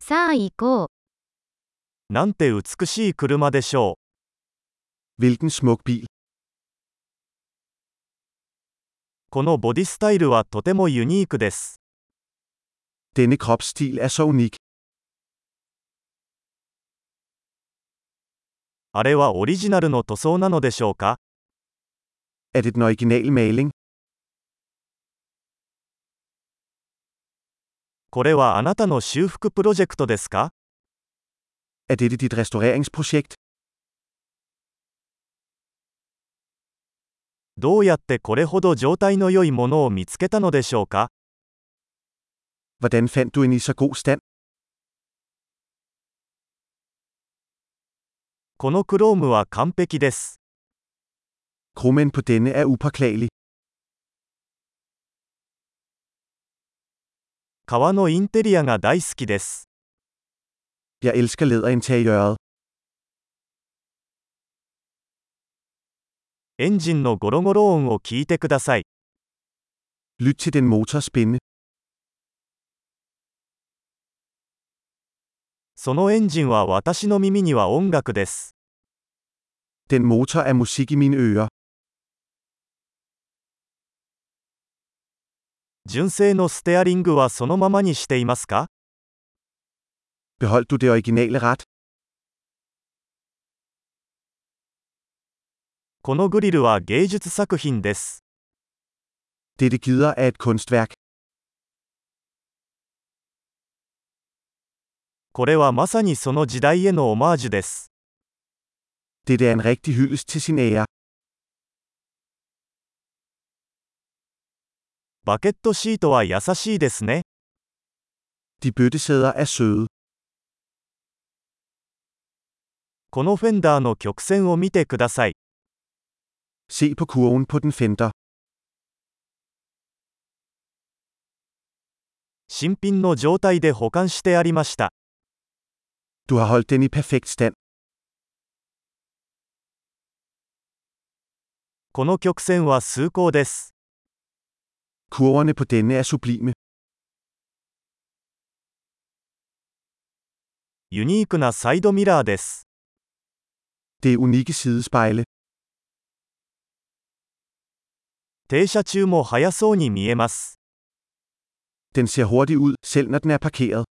さあ行こう。なんて美しい車でしょ Hvilken smuk bil. う。このボディスタイルはとてもユニークです。 Denne kropsstil er så unik. あれはオリジナルの塗装なのでしょうか Er det den originale maling? これはあなたの修復プロジェクトですか Er dette dit restaureringsprojekt? どうやってこれほど状態の良いものを見つけたのでしょうか Hvordan fandt du en i så god stand? このクロームは完璧です。 Krummen på denne er upåklagelig. 革のインテリアが大好きです。 Jeg elsker læderinteriøret. エンジンのゴロゴロ音を聞いてください。 Lyt til den motor spinde. そのエンジンは私の耳には音楽です。 Den motor er musik i mine ører. 純正のステアリングはそのままにしていますか Beholdt du det originale ret? このグリルは芸術作品です。 Dette gider er et kunstværk. これはまさにその時代へのオマージュです。 Dette er en rigtig hyldest til sin ære. バケットシートは優しいですね。 De bøttesæder er søde. このフェンダーの曲線を見てください。 Se på kurven på den fender. 新品の状態で保管してありました。 Du har holdt den i perfekt stand. この曲線は崇高です。 Kurverne på denne er sublime. ユニークなサイドミラーです。 Det er unikke sidespejle. 停車中も速そうに見えます。 Den ser hurtig ud, selv når den er parkeret.